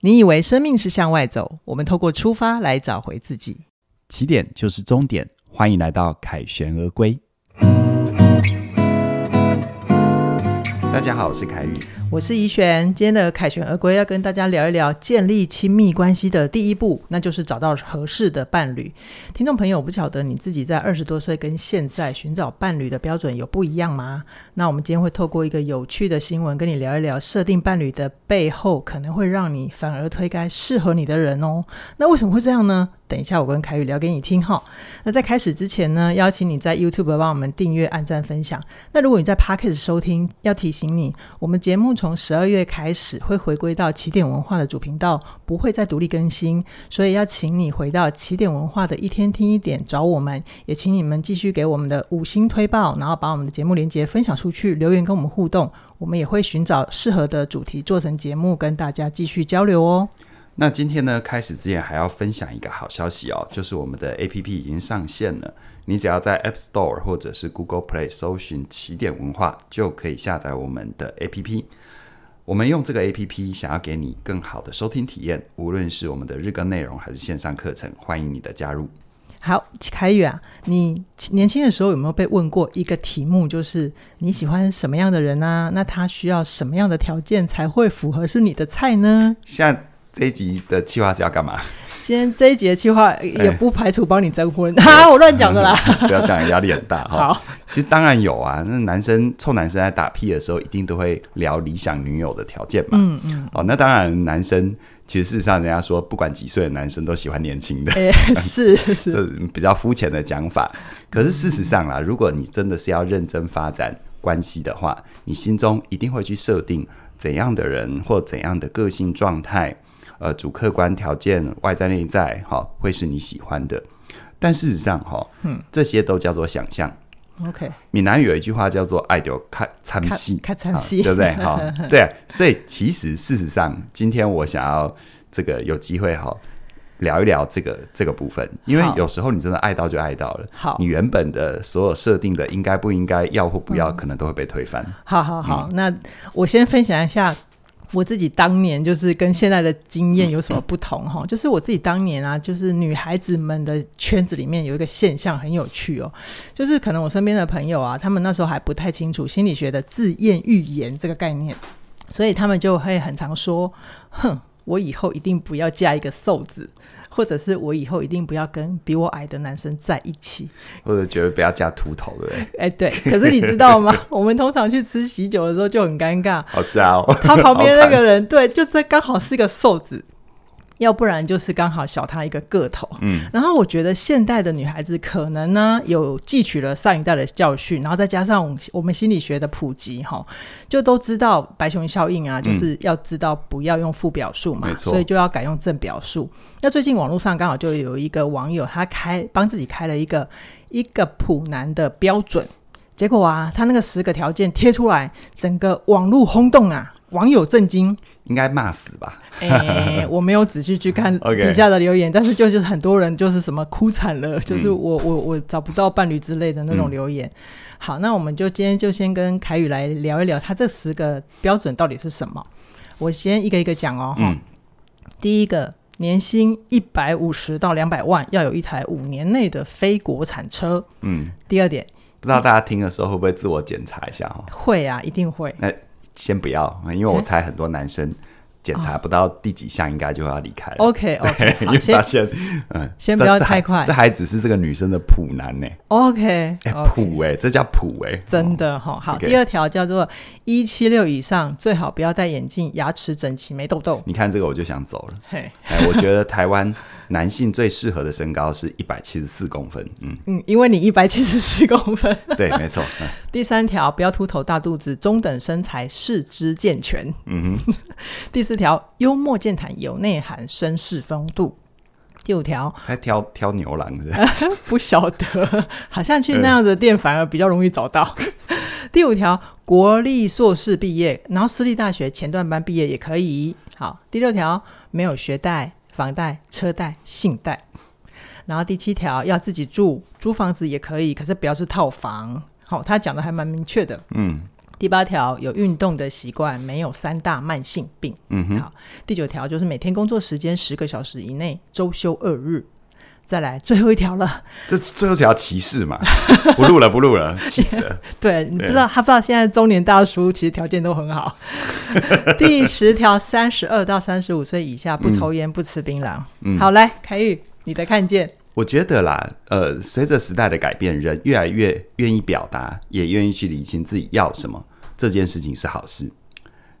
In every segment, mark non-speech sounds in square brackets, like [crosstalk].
你以为生命是向外走，我们透过出发来找回自己。起点就是终点，欢迎来到凯旋而归。大家好，我是凯宇。我是怡璇，今天的凯旋而归要跟大家聊一聊建立亲密关系的第一步，那就是找到合适的伴侣。听众朋友，我不晓得你自己在二十多岁跟现在寻找伴侣的标准有不一样吗？那我们今天会透过一个有趣的新闻，跟你聊一聊设定伴侣的背后，可能会让你反而推开适合你的人哦。那为什么会这样呢？等一下，我跟凯宇聊给你听哈。那在开始之前呢，邀请你在 YouTube 帮我们订阅、按赞、分享。那如果你在 Podcast 收听，要提醒你，我们节目从十二月开始会回归到起点文化的主频道，不会再独立更新，所以要请你回到起点文化的一天听一点找我们，也请你们继续给我们的五星推报，然后把我们的节目连接分享出去，留言跟我们互动，我们也会寻找适合的主题做成节目跟大家继续交流哦。那今天呢，开始之前还要分享一个好消息哦，就是我们的 APP 已经上线了。你只要在 App Store 或者是 Google Play 搜寻“起点文化”，就可以下载我们的 APP。我们用这个 APP 想要给你更好的收听体验，无论是我们的日更内容还是线上课程，欢迎你的加入。好，凯宇啊，你年轻的时候有没有被问过一个题目，就是你喜欢什么样的人啊？那他需要什么样的条件才会符合是你的菜呢？现在这一集的计划是要干嘛？今天这一节计划也不排除帮你征婚， [laughs] 哈、我乱讲的啦。 [laughs] 不要讲人家脸大哈。好，其实当然有啊，那男生臭男生在打屁的时候，一定都会聊理想女友的条件嘛。嗯嗯。哦，那当然，男生其实事实上，人家说不管几岁的男生都喜欢年轻的，哎、是是是，这比较肤浅的讲法。可是事实上啦，如果你真的是要认真发展关系的话，你心中一定会去设定怎样的人或怎样的个性状态，呃，主客观条件、外在内在，好、会是你喜欢的。但事实上，哈、嗯，这些都叫做想象。 OK，闽南语有一句话叫做“爱丢看参看戏”，看参啊戏对不对？ [laughs] 哈、对啊、所以其实事实上，今天我想要这个有机会哈、聊一聊这个这个部分，因为好有时候你真的爱到就爱到了，好你原本的所有设定的应该不应该要或不要，嗯可能都会被推翻。好好好，那我先分享一下我自己当年就是跟现在的经验有什么不同哈、就是我自己当年啊，就是女孩子们的圈子里面有一个现象很有趣哦，就是可能我身边的朋友啊，他们那时候还不太清楚心理学的自验预言这个概念，所以他们就会很常说，哼。我以后一定不要嫁一个瘦子，或者是我以后一定不要跟比我矮的男生在一起。或者觉得不要加秃头，对不对？ [laughs] 哎，对，可是你知道吗？我们通常去吃喜酒的时候就很尴尬，好是啊、哦， [laughs] 他旁边好那惨个人，对，就这刚好是个瘦子，要不然就是刚好小他一个个头。嗯，然后我觉得现代的女孩子可能呢有汲取了上一代的教训，然后再加上我们我们心理学的普及，哈，就都知道白熊效应啊，就是要知道不要用负表述嘛没，错所以就要改用正表述。那最近网络上刚好就有一个网友，他开帮自己开了一个一个普男的标准，结果啊，他那个十个条件贴出来，整个网络轰动啊，网友震惊。应该骂死吧？哎、 [laughs] 我没有仔细去看 OK 底下的留言但是就就是很多人就是什么哭惨了， [laughs] 就是嗯我、我我找不到伴侣之类的那种留言。好，那我们就今天就先跟凯宇来聊一聊他这十个标准到底是什么。我先一个一个讲哦。哈嗯第一个，年薪一百五十到两百万，要有一台五年内的非国产车。嗯，第二点，不知道大家听的时候会不会自我检查一下哦？会啊，一定会。哎先不要，因为我猜很多男生检查不到第几项，应该就要离开了。 OK 对 OK， [laughs] 哦因好，为发先现，嗯，先这不要这还太快这还只是这个女生的普男呢、 OK 哎、 OK。普哎、这叫普哎、真哦。的哈、好 OK 第二条叫做一七六以上，最好不要戴眼镜，牙齿整齐，没痘痘。你看这个我就想走了。嘿，哎、我觉得台湾男性最适合的身高是一百七十四公分。嗯，嗯，因为你一百七十四公分。 [laughs] 对，没错。嗯第三条，不要秃头、大肚子，中等身材，四肢健全。嗯哼， [laughs] 第四条，幽默健谈，有内涵，绅士风度。第五条，还挑挑牛郎是不是？ [laughs] 不晓得，好像去那样的店反而比较容易找到。 [laughs] 第五条，国立硕士毕业，然后私立大学前段班毕业也可以。好，第六条，没有学贷、房贷、车贷、信贷。然后第七条，要自己住，租房子也可以，可是不要是套房。好、他讲的还蛮明确的。嗯，第八条有运动的习惯，没有三大慢性病。嗯哼。好，第九条就是每天工作时间十个小时以内，周休二日。再来最后一条了，这最后一条歧视嘛？不录了，不录了，气死了！对你不知道，他不知道现在中年大叔其实条件都很 [laughs] 好。第十条，三十二到三十五岁以下不抽烟、不吃槟榔。嗯好，来凯宇，你的看见。我觉得啦，呃，随着时代的改变，人越来越愿意表达，也愿意去理清自己要什么，这件事情是好事。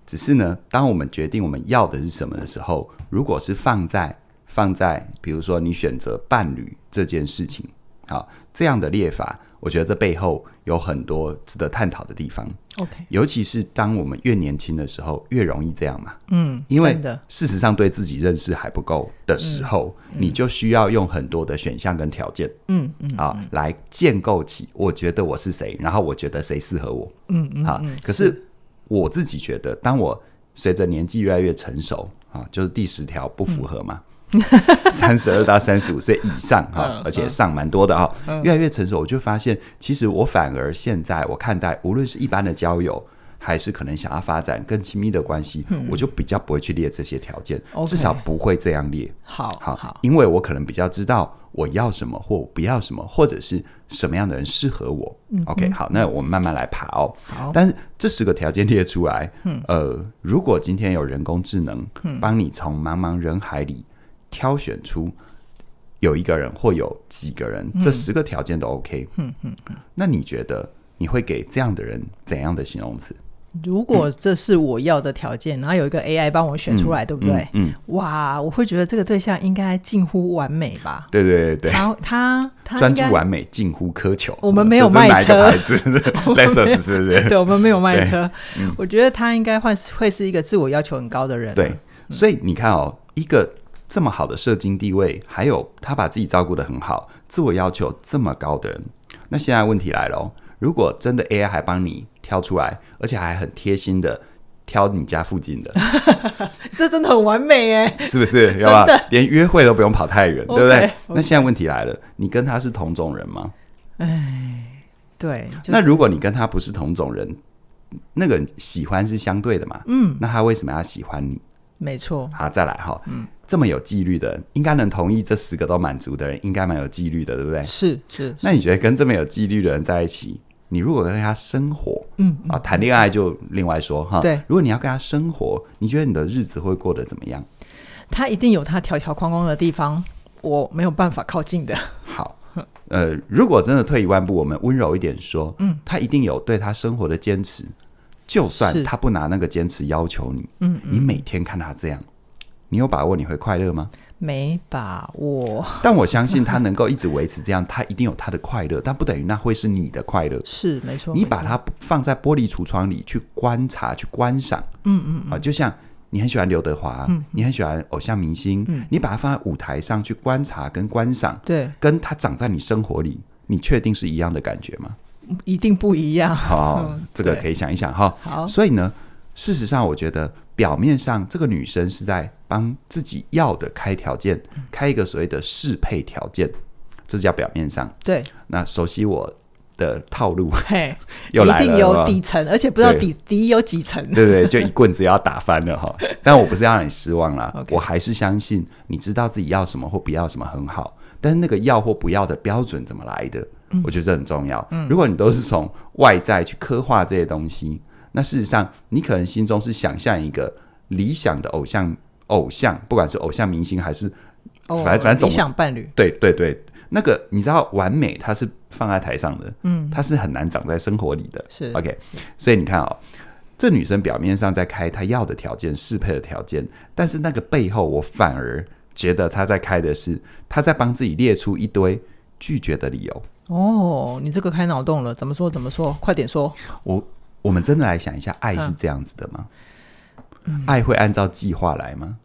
只是呢，当我们决定我们要的是什么的时候，如果是放在放在，比如说你选择伴侣这件事情，好，这样的列法，我觉得这背后有很多值得探讨的地方。 OK，尤其是当我们越年轻的时候，越容易这样嘛。嗯，因为真的事实上对自己认识还不够的时候，你就需要用很多的选项跟条件，嗯嗯啊，来建构起我觉得我是谁，然后我觉得谁适合我，嗯嗯，啊。可是我自己觉得，当我随着年纪越来越成熟啊，就是第十条不符合嘛。 [laughs] 三十二到三十五岁以上哈嗯，而且上蛮多的哈，越来越成熟，我就发现，其实我反而现在我看待，无论是一般的交友，还是可能想要发展更亲密的关系，我就比较不会去列这些条件，嗯 OK 至少不会这样列。好好，好，因为我可能比较知道我要什么或我不要什么，或者是什么样的人适合我。OK，好，那我们慢慢来爬哦。嗯好嗯但是这十个条件列出来，呃，如果今天有人工智能帮你从茫茫人海里挑选出有一个人或有几个人，嗯这十个条件都 OK，嗯嗯，那你觉得你会给这样的人怎样的形容词？如果这是我要的条件，然后有一个 AI 帮我选出来，对不对？嗯，嗯哇，我会觉得这个对象应该近乎完美吧？对对对对。他他他专应 [laughs] 注该，完美，近乎苛求。我们嗯没有这是卖哪一个车 [laughs] 牌子 [laughs] ，Lexus 是不是？嗯对我们没有卖车，我觉得他应该会会是一个自我要求很高的人。对，，所以你看哦，一个这么好的社经地位，还有他把自己照顾得很好，自我要求这么高的人，那现在问题来了哦，如果真的 AI 还帮你挑出来，而且还很贴心的。挑你家附近的，这真的很完美哎。是 [laughs] 不是？有吧真的？连约会都不用跑太远，对不对 OK，OK？那现在问题来了，你跟他是同种人吗？对，就是、那如果你跟他不是同种人，那个喜欢是相对的嘛？嗯，那他为什么要喜欢你？没错，好，再来哈，嗯这么有纪律的人，应该能同意这十个都满足的人，应该蛮有纪律的，对不对？是是，那你觉得跟这么有纪律的人在一起，你如果跟他生活，嗯啊，谈恋爱就另外说哈，对如果你要跟他生活，你觉得你的日子会过得怎么样？他一定有他条条框框的地方，我没有办法靠近的。 [laughs] 好，呃，如果真的退一万步，我们温柔一点说，嗯，他一定有对他生活的坚持，就算是他不拿那个坚持要求你，嗯，你每天看他这样，你有把握你会快乐 [laughs] 吗？没把握，但我相信他能够一直维持这样，他一定有他的快乐，但不等于那会是你的快乐。是没错。你没把错它放在玻璃橱窗里去观察、去观赏，嗯嗯啊，就像你很喜欢刘德华，啊你很喜欢偶像明星，你把它放在舞台上去观察跟观赏，对，跟它长在你生活里，你确定是一样的感觉 [laughs] 吗？一定不一样。好、嗯这个对可以想一想哈。好，所以呢，事实上，我觉得表面上这个女生是在帮自己要的开条件，开一个所谓的适配条件，这叫表面上。对，那熟悉我的套路嘿，又来了，一定有吧底层，而且不知道对底底有几层。 [laughs] 对不对？就一棍子要打翻了哈。但我不是要让你失望啦 OK 我还是相信你知道自己要什么或不要什么很好。但是那个要或不要的标准怎么来的，我觉得这很重要。如果你都是从外在去刻画这些东西，那事实上你可能心中是想象一个理想的偶像，偶像不管是偶像明星还是哦，反正反正总理想伴侣，对对对，那个你知道完美它是放在台上的，嗯，它是很难长在生活里的。是 OK，所以你看哦，这女生表面上在开她要的条件、适配的条件，但是那个背后，我反而觉得她在开的是她在帮自己列出一堆拒绝的理由。哦，你这个开脑洞了，怎么说？怎么说？快点说。我我们真的来想一下，嗯爱是这样子的吗？爱会按照计划来吗？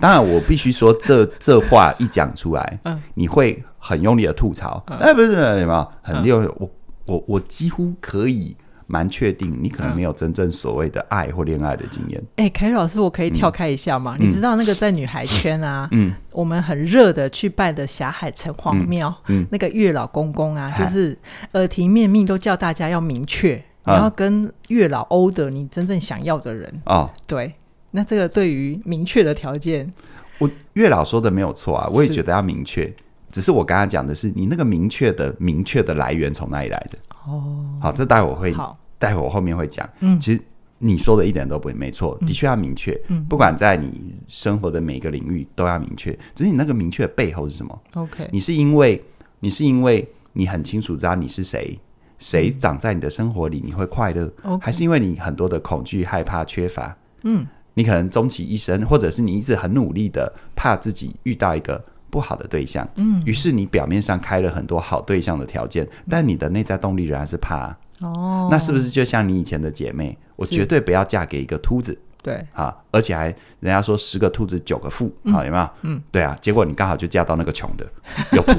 当然，我必须说 [laughs] 这这话一讲出来，嗯你会很用力的吐槽，哎、不是有没有很用力地？我我我几乎可以蛮确定，你嗯可能没有真正所谓的爱或恋爱的经验。哎，凯宇老师，我可以跳开一下吗？你知道那个在女孩圈啊，嗯，我们很热的去拜的霞海城隍庙，嗯嗯那个月老公公啊，嗨就是耳提面命都叫大家要明确。啊你要跟月老欧的你真正想要的人。哦，对，那这个对于明确的条件，我月老说的没有错啊，我也是觉得要明确。只是我刚刚讲的是，你那个明确的、明确的来源从哪里来的？哦，好，这待会我会好，待会我后面会讲。嗯其实你说的一点都不没错，的确要明确。嗯不管在你生活的每一个领域都要明确。只是你那个明确的背后是什么？ ，OK，你是因为你是因为你很清楚知道你是谁，谁长在你的生活里你会快乐 OK 还是因为你很多的恐惧、害怕、缺乏？嗯，你可能终其一生，或者是你一直很努力的怕自己遇到一个。不好的对象，嗯，于是你表面上开了很多好对象的条件，嗯但你的内在动力仍然是怕啊、哦，那是不是就像你以前的姐妹，我是绝对不要嫁给一个秃子对，啊！而且还人家说十个兔子九个富，啊，有没有？嗯，对啊，结果你刚好就嫁到那个穷的，有秃，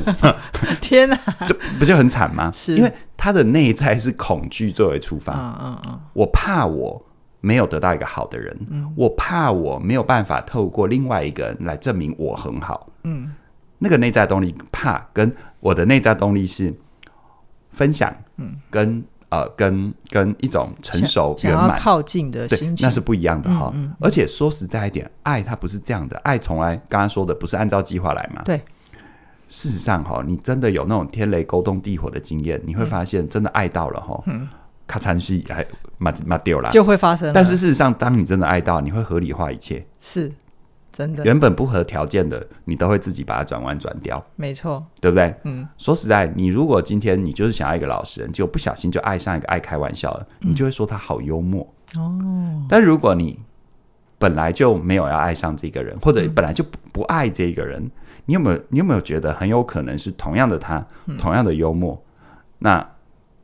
天哪， [laughs] 这不就很惨吗？是因为他的内在是恐惧作为出发，嗯嗯嗯，我怕我没有得到一个好的人，我怕我没有办法透过另外一个人来证明我很好。嗯，那个内在动力怕跟我的内在动力是分享，嗯，跟呃跟跟一种成熟想圆要满。靠近的对心，情，嗯那是不一样的哈、而且说实在一点，爱它不是这样的，爱从来刚刚说的不是按照计划来嘛。对，事实上哈、你真的有那种天雷勾动地火的经验，嗯你会发现真的爱到了哈、咔嚓哎戏还蛮蛮丢啦。就会发生了，但是事实上，当你真的爱到，你会合理化一切，是真的，原本不合条件的，你都会自己把它转弯转掉，没错，对不对？嗯，说实在，你如果今天你就是想要一个老实人，结果不小心就爱上一个爱开玩笑的，嗯你就会说他好幽默哦。但如果你本来就没有要爱上这个人，或嗯者本来就不不爱这个人，你有没有你有没有觉得很有可能是同样的他，同样的幽默，那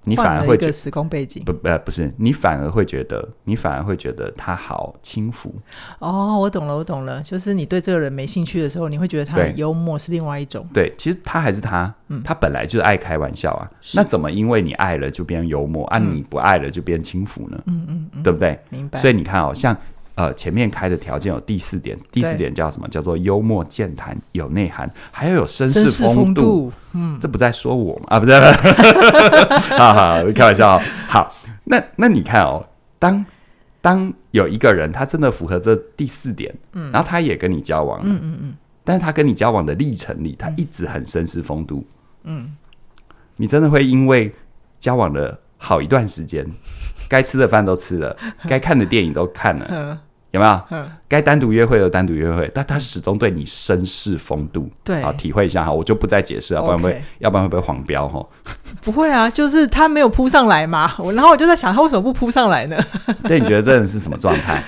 你嗯反换而了会一觉得个时空背景。不呃不是，你反而会觉得你反而会觉得他好轻浮。哦，我懂了，我懂了，就是你对这个人没兴趣的时候，你会觉得他对很幽默是另外一种，对，其实他还是他，他本来嗯就是爱开玩笑啊。那怎么因为你爱了就变幽默，啊你不爱了就变轻浮呢？嗯嗯对不对？明白？所以以你看哦，像呃前面开的条件有第四点，第四对点叫什么？叫做幽默健谈，有内涵，还要有绅绅士士风度。度，这不在说我吗？啊，不是， [laughs] 好好，开玩笑哦。好，那那你看哦，当当有一个人他真的符合这第四点，嗯，然后他也跟你交往，嗯嗯嗯，但是他跟你交往的历程里，他一直很绅士风度，嗯，你真的会因为交往了好一段时间，该吃的饭都吃 [laughs] 了，该看的电影都看了，嗯有没 [laughs] 有？嗯，该单独约会的单独约会，但他始终对你绅士风度，对好啊体会一下哈，我就不再解释了，不然会 OK 要不然会被黄标哈。不会啊，就是他没有扑上来嘛， [laughs] 我然后我就在想，他为什么不扑上来呢？ [laughs] [laughs] 但你觉得这人是什么状态？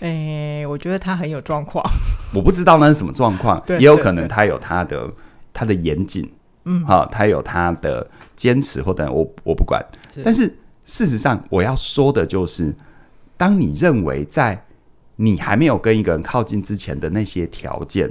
哎、我觉得他很有状况，我不知道那是什么状况，对也有对可能对他有他的他的严谨，嗯，好、他有他的坚持或者我我不管是，但是事实上我要说的就是，当你认为在你还没有跟一个人靠近之前的那些条件。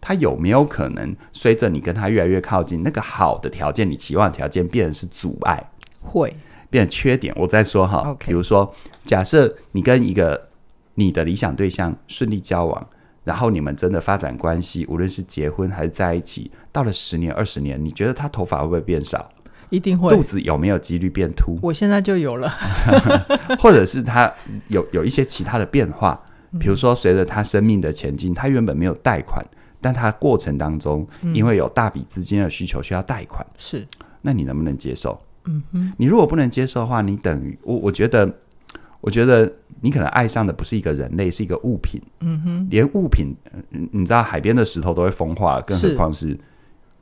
他有没有可能随着你跟他越来越靠近，那个好的条件，你期望的条件变成是阻碍？会变成缺点。我再说哈 OK 比如说，假设你跟一个你的理想对象顺利交往，然后你们真的发展关系，无论是结婚还是在一起，到了十年、二十年，你觉得他头发会不会变少？一定会？肚。子有没有几率变凸 [laughs] 我现在就有了，或者是他有有一些其他的变化？嗯比如说，随着他生命的前进，他原本没有贷款，但他过程当中嗯因为有大笔资金的需求需要贷款。是那你能不能接受？嗯哼，你如果不能接受的话，你等于我，我觉得，我觉得你可能爱上的不是一个人类，是一个物品。嗯哼，连物品，呃你你知道海边的石头都会风化，更何是况是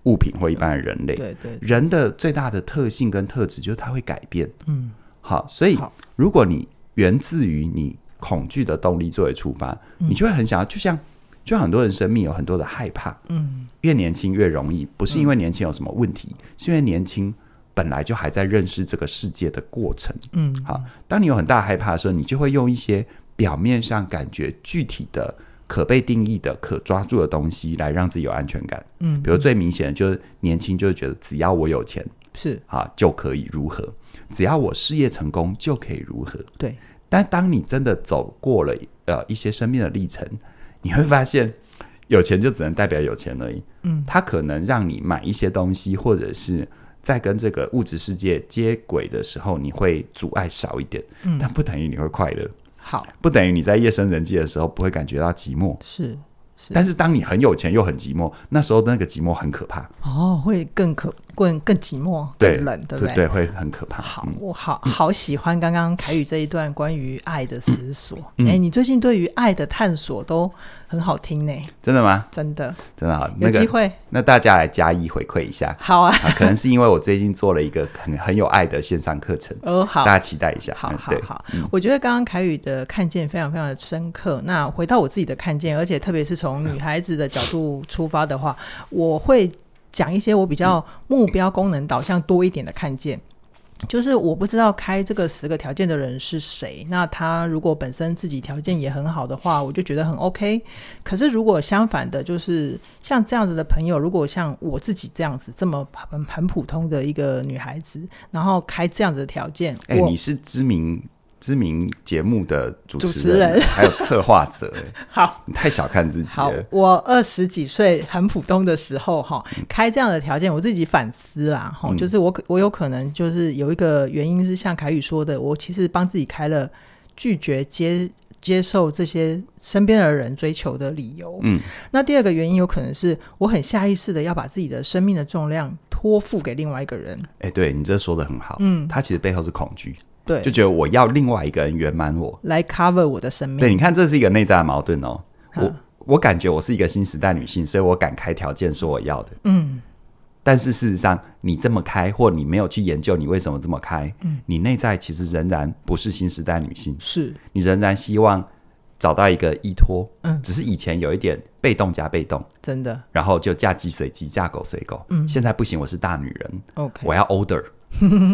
物品或一般的人类。对对，人的最大的特性跟特质就是它会改变。嗯，好，所以好如果你源自于你恐惧的动力作为出发，嗯你就会很想要，就像就像很多人生命有很多的害怕，嗯，越年轻越容易，不是因为年轻有什么问题，是因为年轻本来就还在认识这个世界的过程。嗯，好，当你有很大害怕的时候，你就会用一些表面上感觉具体的。可被定义的、可抓住的东西来让自己有安全感。嗯，比如最明显的就是年轻，就是觉得只要我有钱，是啊就可以如何，只要我事业成功就可以如何。对，但当你真的走过了呃一些生命的历程，你会发现有钱就只能代表有钱而已。嗯，它可能让你买一些东西，或者是在跟这个物质世界接轨的时候，你会阻碍少一点，嗯但不等于你会快乐，好，不等于你在夜深人静的时候不会感觉到寂寞。是是，但是当你很有钱又很寂寞，那时候那个寂寞很可怕，哦，会更可更更寂寞，对更冷，对不对对，会很可怕。好嗯，我好好喜欢刚刚凯宇这一段关于爱的思索。哎、嗯你最近对于爱的探索都很好听呢，真的吗？真的真的好，有那机个会、那大家来加以回馈一下好啊。 [laughs] 啊，可能是因为我最近做了一个很很有爱的线上课程，哦，好大，家期待一下。好嗯好对好，嗯我觉得刚刚凯宇的看见非常非常的深刻。那回到我自己的看见，而且特别是从女孩子的角度出发的话，我会讲一些我比嗯较目标功能导向多一点的看见。就是我不知道开这个十个条件的人是谁，那他如果本身自己条件也很好的话，我就觉得很 OK。可是如果相反的，就是像这样子的朋友，如果像我自己这样子这么很很普通的一个女孩子，然后开这样子的条件，哎、我你是知名知名节目的主主持持人 [laughs] 还有策划者、哎，好，你太小看自己好了。，我二十几岁很普通的时候哈，开这样的条件，我自己反思啦哈，嗯就是我可我有可能就是有一个原因是像凯宇说的，我其实帮自己开了拒绝接接受这些身边的人追求的理由。嗯，那第二个原因有可能是我很下意识的要把自己的生命的重量托付给另外一个人。哎、对你这说的很好。嗯，他其实背后是恐惧，对就，觉得我要另外一个人圆满我。来 cover 我的生命。对，你看，这是一个内在的矛盾哦。我嗯我感觉我是一个新时代女性，所以我敢开条件说我要的。嗯，但是事实上，你这么开，或你没有去研究你为什么这么开，嗯，你内在其实仍然不是新时代女性，是，你仍然希望找到一个依托，嗯只是以前有一点被动加被动，真的。然后就嫁鸡随鸡，嫁狗随狗。嗯，现在不行，我是大女人， OK，我要 older。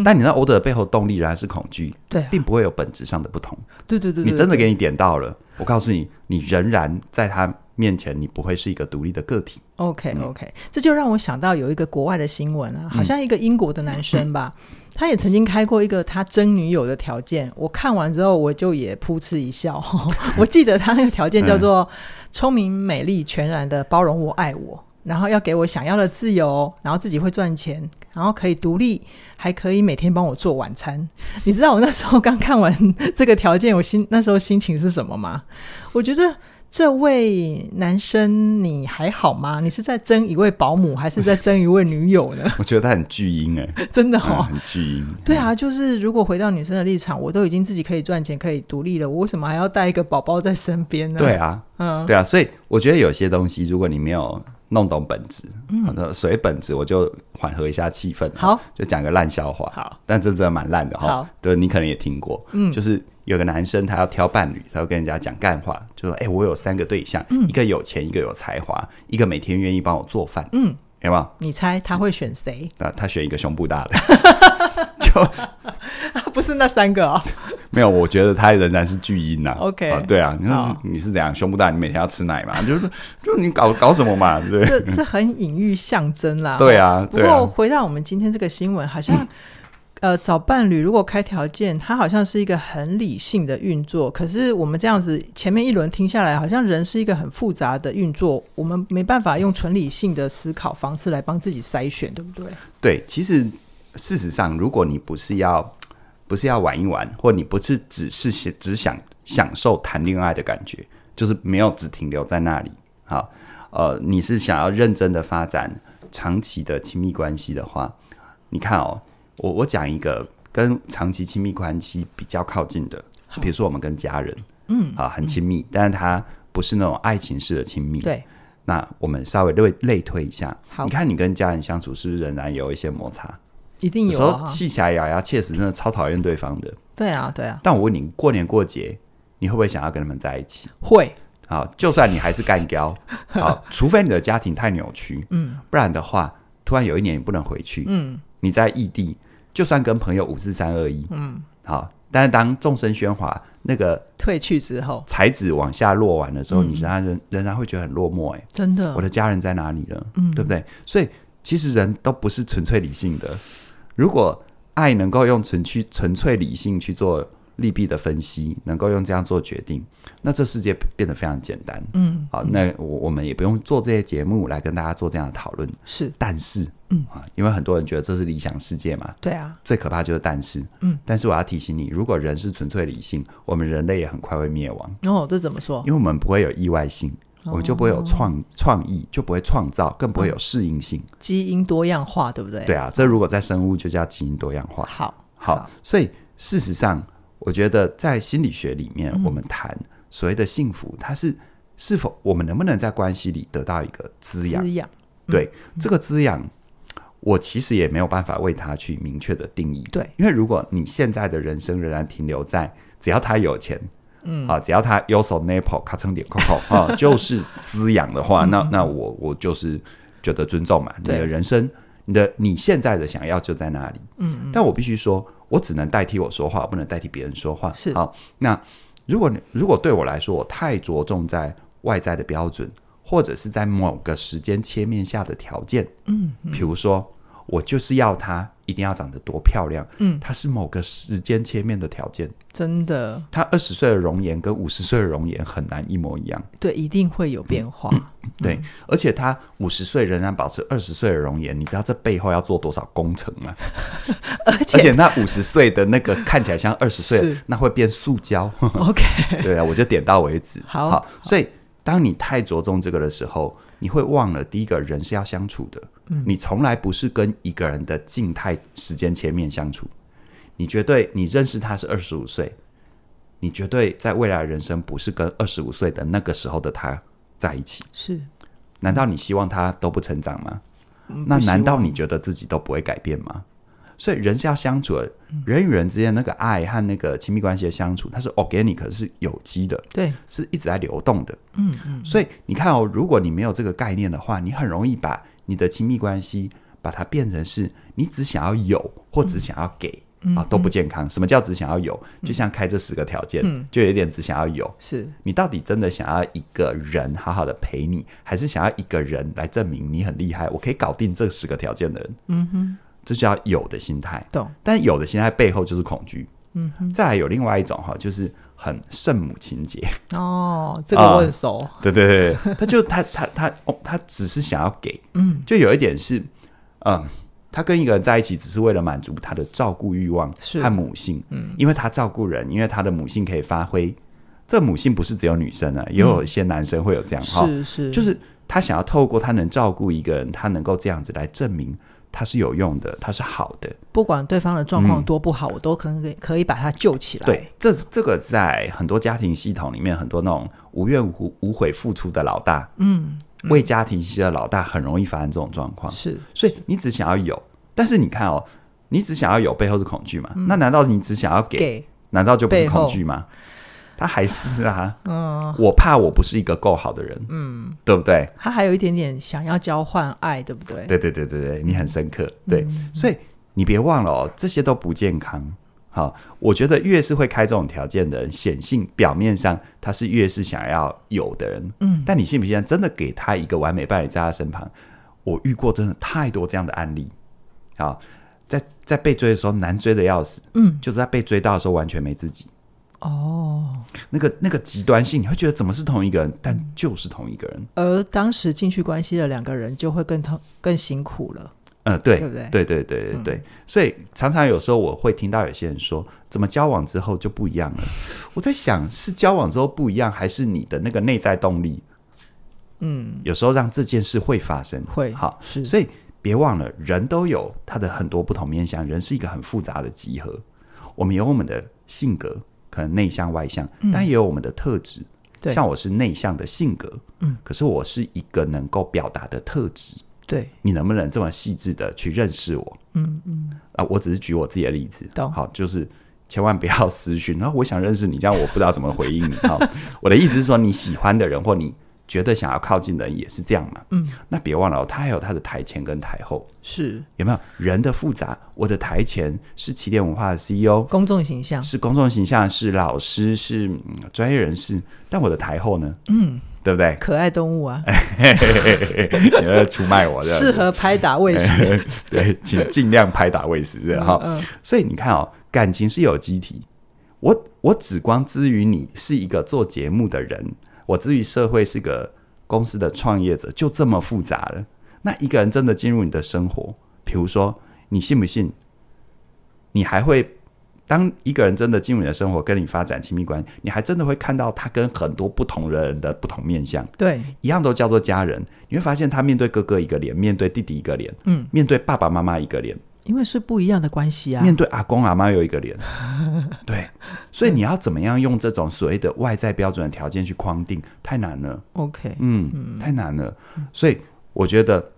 但你那 older 的背后动力仍然是恐惧，对啊，并不会有本质上的不同。对对对对，你真的给你点到了，我告诉你，你仍然在他面前，你不会是一个独立的个体。 OK OK，、这就让我想到有一个国外的新闻啊，好像一个英国的男生吧，他也曾经开过一个他真女友的条件。我看完之后，我就也噗嗤一笑。 [laughs] 我记得他那个条件叫做“聪明、美丽、全然的包容我、爱我”，然后要给我想要的自由，然后自己会赚钱，然后可以独立，还可以每天帮我做晚餐。你知道我那时候刚看完这个条件，我心那时候心情是什么吗？我觉得这位男生你还好吗？你是在争一位保姆，还是在争一位女友呢？ [laughs] 我觉得他很巨婴哎、真的嗯哦。很巨婴。对啊，就是如果回到女生的立场，我都已经自己可以赚钱、可以独立了，我为什么还要带一个宝宝在身边呢？对，啊，嗯，对啊，所以我觉得有些东西，如果你没有弄懂本质，好的，所谓本质，我就缓和一下气氛，嗯好，就讲个烂笑话。好，但这真的蛮烂的哈好。对，你可能也听过，嗯，就是有个男生他要挑伴侣，他要跟人家讲干话，就说：“哎、我有三个对象，嗯一个有钱，一个有才华，一个每天愿意帮我做饭。”嗯，有没有？你猜他会选谁？ [laughs] 那他选一个胸部大的，不是那三个哦。没有，我觉得他仍然是巨婴呐、啊。 OK 啊对啊，你说好你是怎样胸部大，你每天要吃奶嘛？就是就你搞搞什么嘛？对这这很隐喻象征啦。对啊不对啊过回到我们今天这个新闻，好 [clears throat] 像呃找伴侣如果开条件，它好像是一个很理性的运作。可是我们这样子前面一轮听下来，好像人是一个很复杂的运作，我们没办法用纯理性的思考方式来帮自己筛选，对不对？对，其实事实上，如果你不是要不是要玩一玩，或你不是只是想只想享受谈恋爱的感觉，就是没有只停留在那里，好，呃，你是想要认真的发展长期的亲密关系的话，你看哦，我我讲一个跟长期亲密关系比较靠近的，比如说我们跟家人，嗯，啊，很亲密，但是它不是那种爱情式的亲密，对，那我们稍微类类推一下，好你看你跟家人相处是不是仍然有一些摩擦？一定有有时候啊。气起来咬牙切齿，真的超讨厌对方的。对啊，对啊，但我问你，过年过节你会不会想要跟他们在一起？会好，就算你还是干 [laughs] 掉，好，除非你的家庭太扭曲，嗯，不然的话，突然有一年你不能回去，嗯，你在异地，就算跟朋友五四三二一，嗯，好，但是当众声喧哗，那个退去之后，才子往下落完的时候，你仍然仍仍然会觉得很落寞、欸，真的我的家人在哪里了？嗯，对不对？所以其实人都不是纯粹理性的。如果爱能够用纯去纯粹理性去做利弊的分析，能够用这样做决定，那这世界变得非常简单。嗯，好，那我我们也不用做这些节目来跟大家做这样的讨论。是但是，嗯啊，因为很多人觉得这是理想世界嘛，对啊，最可怕就是但是。嗯，但是我要提醒你，如果人是纯粹理性，我们人类也很快会灭亡，然、哦后这怎么说因？为我们不会有意外性，我们就不会有哦创创意，就不会创造，更不会有适应性。基因多样化，对不对？对啊，这如果在生物就叫基因多样化。好，好好，所以事实上，我觉得在心理学里面，嗯我们谈所谓的幸福，它是是否我们能不能在关系里得到一个滋养？滋养，对这个滋养，我其实也没有办法为它去明确的定义。对，因为如果你现在的人生仍然停留在只要他有钱，嗯，啊，只要他有手 Naple 咔蹭点 Coco 啊， [laughs] 就是滋养的话，那那我我就是觉得尊重嘛，你嗯对的人生，你的你现在的想要就在那里，嗯嗯，但我必须说，我只能代替我说话，我不能代替别人说话。是好，那如果你如果对我来说，我太着重在外在的标准，或者是在某个时间切面下的条件，嗯，比如说我就是要她一定要长得多漂亮，嗯她是某个时间切面的条件，真的，她二十岁的容颜跟五十岁的容颜很难一模一样，对，一定会有变化。嗯对，而且她五十岁仍然保持二十岁的容颜，你知道这背后要做多少工程吗？而而且且那五十岁的那个看起来像二十岁是，那会变塑 [laughs] 胶。 o [laughs] k 对啊，我就点到为止。 [laughs] 好所以当你太着重这个的时候，你会忘了第一个人是要相处的，嗯你从来不是跟一个人的静态时间切面相处。你绝对，你认识他是二十五岁，你绝对在未来的人生不是跟二十五岁的那个时候的他在一起。是，难道你希望他都不成长吗？嗯那不希难道望你觉得自己都不会改变吗？所以人是要相处的，人与人之间那个爱和那个亲密关系的相处，它是 organic，是有机的，对，是一直在流动的。嗯嗯，所以你看哦，如果你没有这个概念的话，你很容易把你的亲密关系把它变成是你只想要有或只想要给、嗯啊，都不健康。什么叫只想要有？就像开这十个条件，嗯就有一点只想要有。是你到底真的想要一个人好好的陪你，还是想要一个人来证明你很厉害？我可以搞定这十个条件的人，嗯哼，这叫有的心态。懂，但有的心态背后就是恐惧。嗯哼，再来有另外一种哈，就是很圣母情节。哦，这个啊我很熟，对对对 [laughs] 对，他就他他他哦，他只是想要给，嗯，就有一点是，嗯，他跟一个人在一起只是为了满足他的照顾欲望是和母性，嗯，因为他照顾人，因为他的母性可以发挥。这母性不是只有女生啊，也有一些男生会有这样哈、嗯是是，就是他想要透过他能照顾一个人，他能够这样子来证明他是有用的，他是好的。不管对方的状况嗯多不好，我都可能可以可以把他救起来。对，，这这个在很多家庭系统里面，很多那种无怨无无悔付出的老大，嗯，为家庭牺牲的老大，很容易发生这种状况。是所以你只想要有，但是你看哦，你只想要有背后是恐惧嘛？那难道你只想要给，嗯给，难道就不是背后恐惧吗？他还是啊，嗯，我怕我不是一个够好的人，嗯，对不对？他还有一点点想要交换爱，对不对？嗯对对对对对，你很深刻，对，所以你别忘了哦，这些都不健康。好，我觉得越是会开这种条件的人，显性表面上他是越是想要有的人，嗯，但你信不信？真的给他一个完美伴侣在他身旁，我遇过真的太多这样的案例。好，在在被追的时候难追的要死，嗯，就是在被追到的时候完全没自己，哦，嗯那个那个极端性，你会觉得怎么是同一个人，但就是同一个人。而当时进去关系的两个人就会更痛、更辛苦了。嗯，对，对不对嗯对对对对对所以常常有时候我会听到有些人说，怎么交往之后就不一样了？我在想，是交往之后不一样，还是你的那个内在动力？嗯，有时候让这件事会发生，会好，是所以别忘了，人都有他的很多不同面向，人是一个很复杂的集合。我们有我们的性格，可能内向外向，但也有我们的特质。嗯对像我是内向的性格，嗯，可是我是一个能够表达的特质。对，你能不能这么细致的去认识我？嗯嗯，啊，我只是举我自己的例子。懂好，就是千万不要私讯。然后我想认识你，这样我不知道怎么 [laughs] 回应你。哈，我的意思是说，你喜欢的人或你觉得想要靠近的人也是这样嘛。嗯，那别忘了、哦，他还有他的台前跟台后，是有没有人的复杂？我的台前是起点文化的 CEO，公众形象，是公众形象，是老师，是、嗯专业人士，但我的台后呢？嗯，？对不对可爱动物哎啊，你要出卖 [laughs] 我，对不对适 [laughs] 合拍打喂食。对，请尽量拍打喂食，对哈。嗯，所以你看哦，感情是有机体，我我只光之于你是一个做节目的人，我之于社会是个公司的创业者，就这么复杂了。那一个人真的进入你的生活，比如说，你信不信？你还会当一个人真的进入你的生活，跟你发展亲密关系，你还真的会看到他跟很多不同人的不同面相。对，一样都叫做家人，你会发现他面对哥哥一个脸，面对弟弟一个脸，嗯，面对爸爸妈妈一个脸，因为是不一样的关系啊。面对阿公阿妈又一个脸， [laughs] 对，所以你要怎么样用这种所谓的外在标准的条件去框定，太难了， OK，哎嗯，太难了，所以我觉得。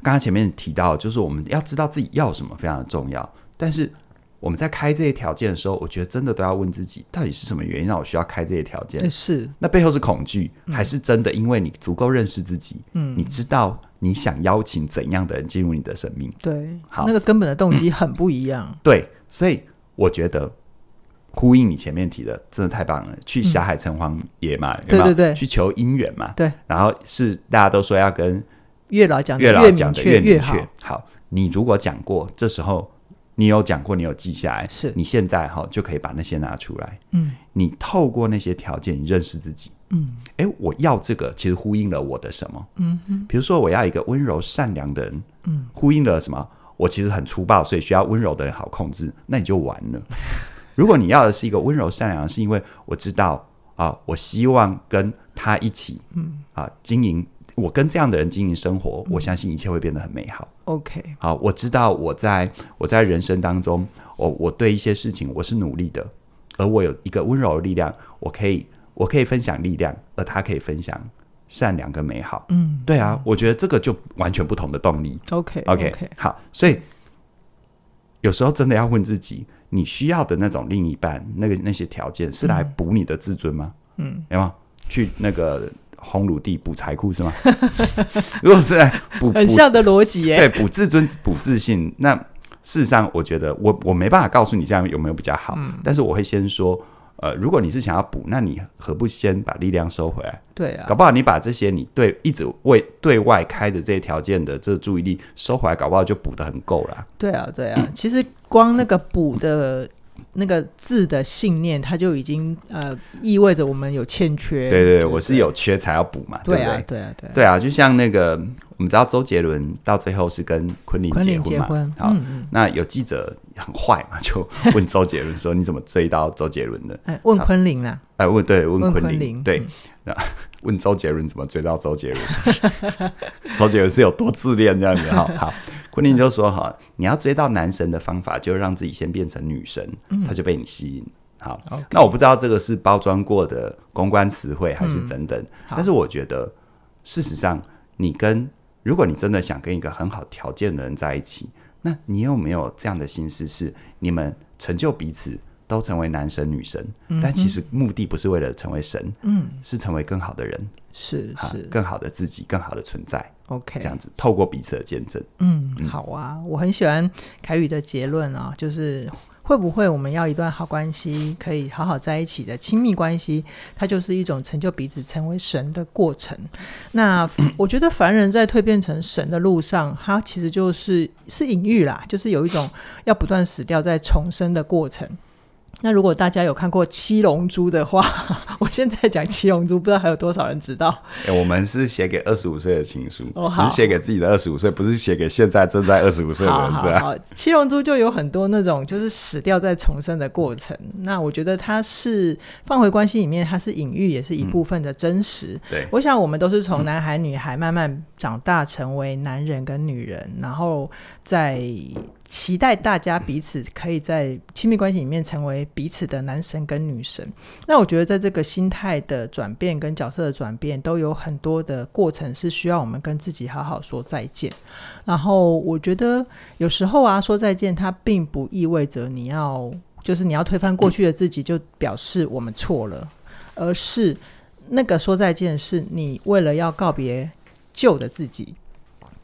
刚刚前面提到，就是我们要知道自己要什么非常的重要。但是我们在开这些条件的时候，我觉得真的都要问自己，到底是什么原因让我需要开这些条件？诶是那背后是恐惧，还是真的因为你足够认识自己，嗯你知道你想邀请怎样的人进入你的生命？对，好嗯那个根本的动机很不一样。对，所以我觉得呼应你前面提的，真的太棒了。去霞海城隍爷嘛，有没有对对对去求姻缘嘛，对。嗯然后是大家都说要跟月老讲的月老讲明的确明好确，。好，你如果讲过，这时候你有讲过，你有记下来，是你现在哈就可以把那些拿出来。嗯，你透过那些条件，你认识自己。嗯，哎，我要这个，其实呼应了我的什么？嗯比如说我要一个温柔善良的人，嗯，呼应了什么？我其实很粗暴，所以需要温柔的人好控制，那你就完了。如果你要的是一个温柔善良，是因为我知道啊，我希望跟他一起，嗯啊，经营我跟这样的人经营生活，我相信一切会变得很美好。 OK，好，我知道我在我在人生当中，我我对一些事情我是努力的，而我有一个温柔的力量，我可以我可以分享力量，而他可以分享善良跟美好。嗯对啊，我觉得这个就完全不同的动力。 ，OK OK，, 好，所以有时候真的要问自己，你需要的那种另一半，那个那些条件是来补你的自尊吗？嗯，有没有去那个烘炉地补财库是吗？ [laughs] 如果是来补补很像的逻辑哎耶。对补自尊补自信，那事实上我觉得我我没办法告诉你这样有没有比较好，嗯但是我会先说。呃，如果你是想要补，那你何不先把力量收回来？对啊，搞不好你把这些你对一直为对外开的这些条件的这注意力收回来，搞不好就补得很够了。对啊，对啊。其实光那个补的。那个字的信念，它就已经呃意味着我们有欠缺。对对对，不我是有缺才要补嘛，对不啊对？，对啊，对啊。对啊，就像那个我们知道周杰伦到最后是跟昆凌昆结凌婚结嘛，婚，好，嗯嗯，那有记者很坏嘛，就问周杰伦说：“你怎么追到周杰伦的哎，问昆凌啦，？”哎，问对问问昆昆凌凌对嗯，那问周杰伦怎么追到周杰伦？ [laughs] 周杰伦是有多自恋这样子哈？好，昆凌就说：“哈，你要追到男神的方法，就是让自己先变成女神，他就被你吸引。”好， OK 那我不知道这个是包装过的公关词汇还是等等，嗯好但是我觉得，事实上，你跟如果你真的想跟一个很好条件的人在一起，那你有没有这样的心思是你们成就彼此？都成为男神女神，但其实目的不是为了成为神，嗯，是成为更好的人，是哈是更好的自己，更好的存在， ，OK，这样子透过彼此的见证，嗯，好啊，我很喜欢凯宇的结论啊，就是会不会我们要一段好关系，可以好好在一起的亲密关系，它就是一种成就彼此成为神的过程。那我觉得凡人在蜕变成神的路上，它其实就是是隐喻啦，就是有一种要不断死掉再重生的过程。那如果大家有看过《七龙珠》的话， [laughs] 我现在讲《七龙珠》，不知道还有多少人知道。哎、我们是写给二十五岁的情书，哦好不是写给自己的二十五岁，不是写给现在正在二十五岁的好人，是好吧？好，七龙珠就有很多那种就是死掉再重生的过程。那我觉得它是放回关系里面，它是隐喻，也是一部分的真实。嗯对我想我们都是从男孩、女孩慢慢长大，成为男人跟女人，然后在期待大家彼此可以在亲密关系里面成为彼此的男神跟女神。那我觉得在这个心态的转变跟角色的转变，都有很多的过程是需要我们跟自己好好说再见。然后我觉得有时候啊，说再见，它并不意味着你要就是你要推翻过去的自己，就表示我们错了，而是那个说再见是你为了要告别旧的自己。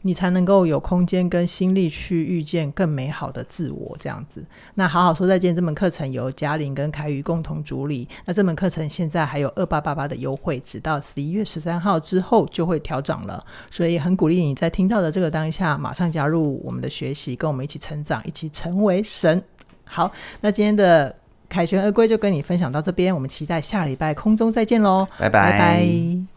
你才能够有空间跟心力去遇见更美好的自我，这样子。那好好说再见这门课程由嘉玲跟凯宇共同主理。那这门课程现在还有二八八八的优惠，直到十一月十三号之后就会调整了。所以很鼓励你在听到的这个当下，马上加入我们的学习，跟我们一起成长，一起成为神。好，那今天的。凯旋而归就跟你分享到这边，我们期待下礼拜空中再见喽，拜拜拜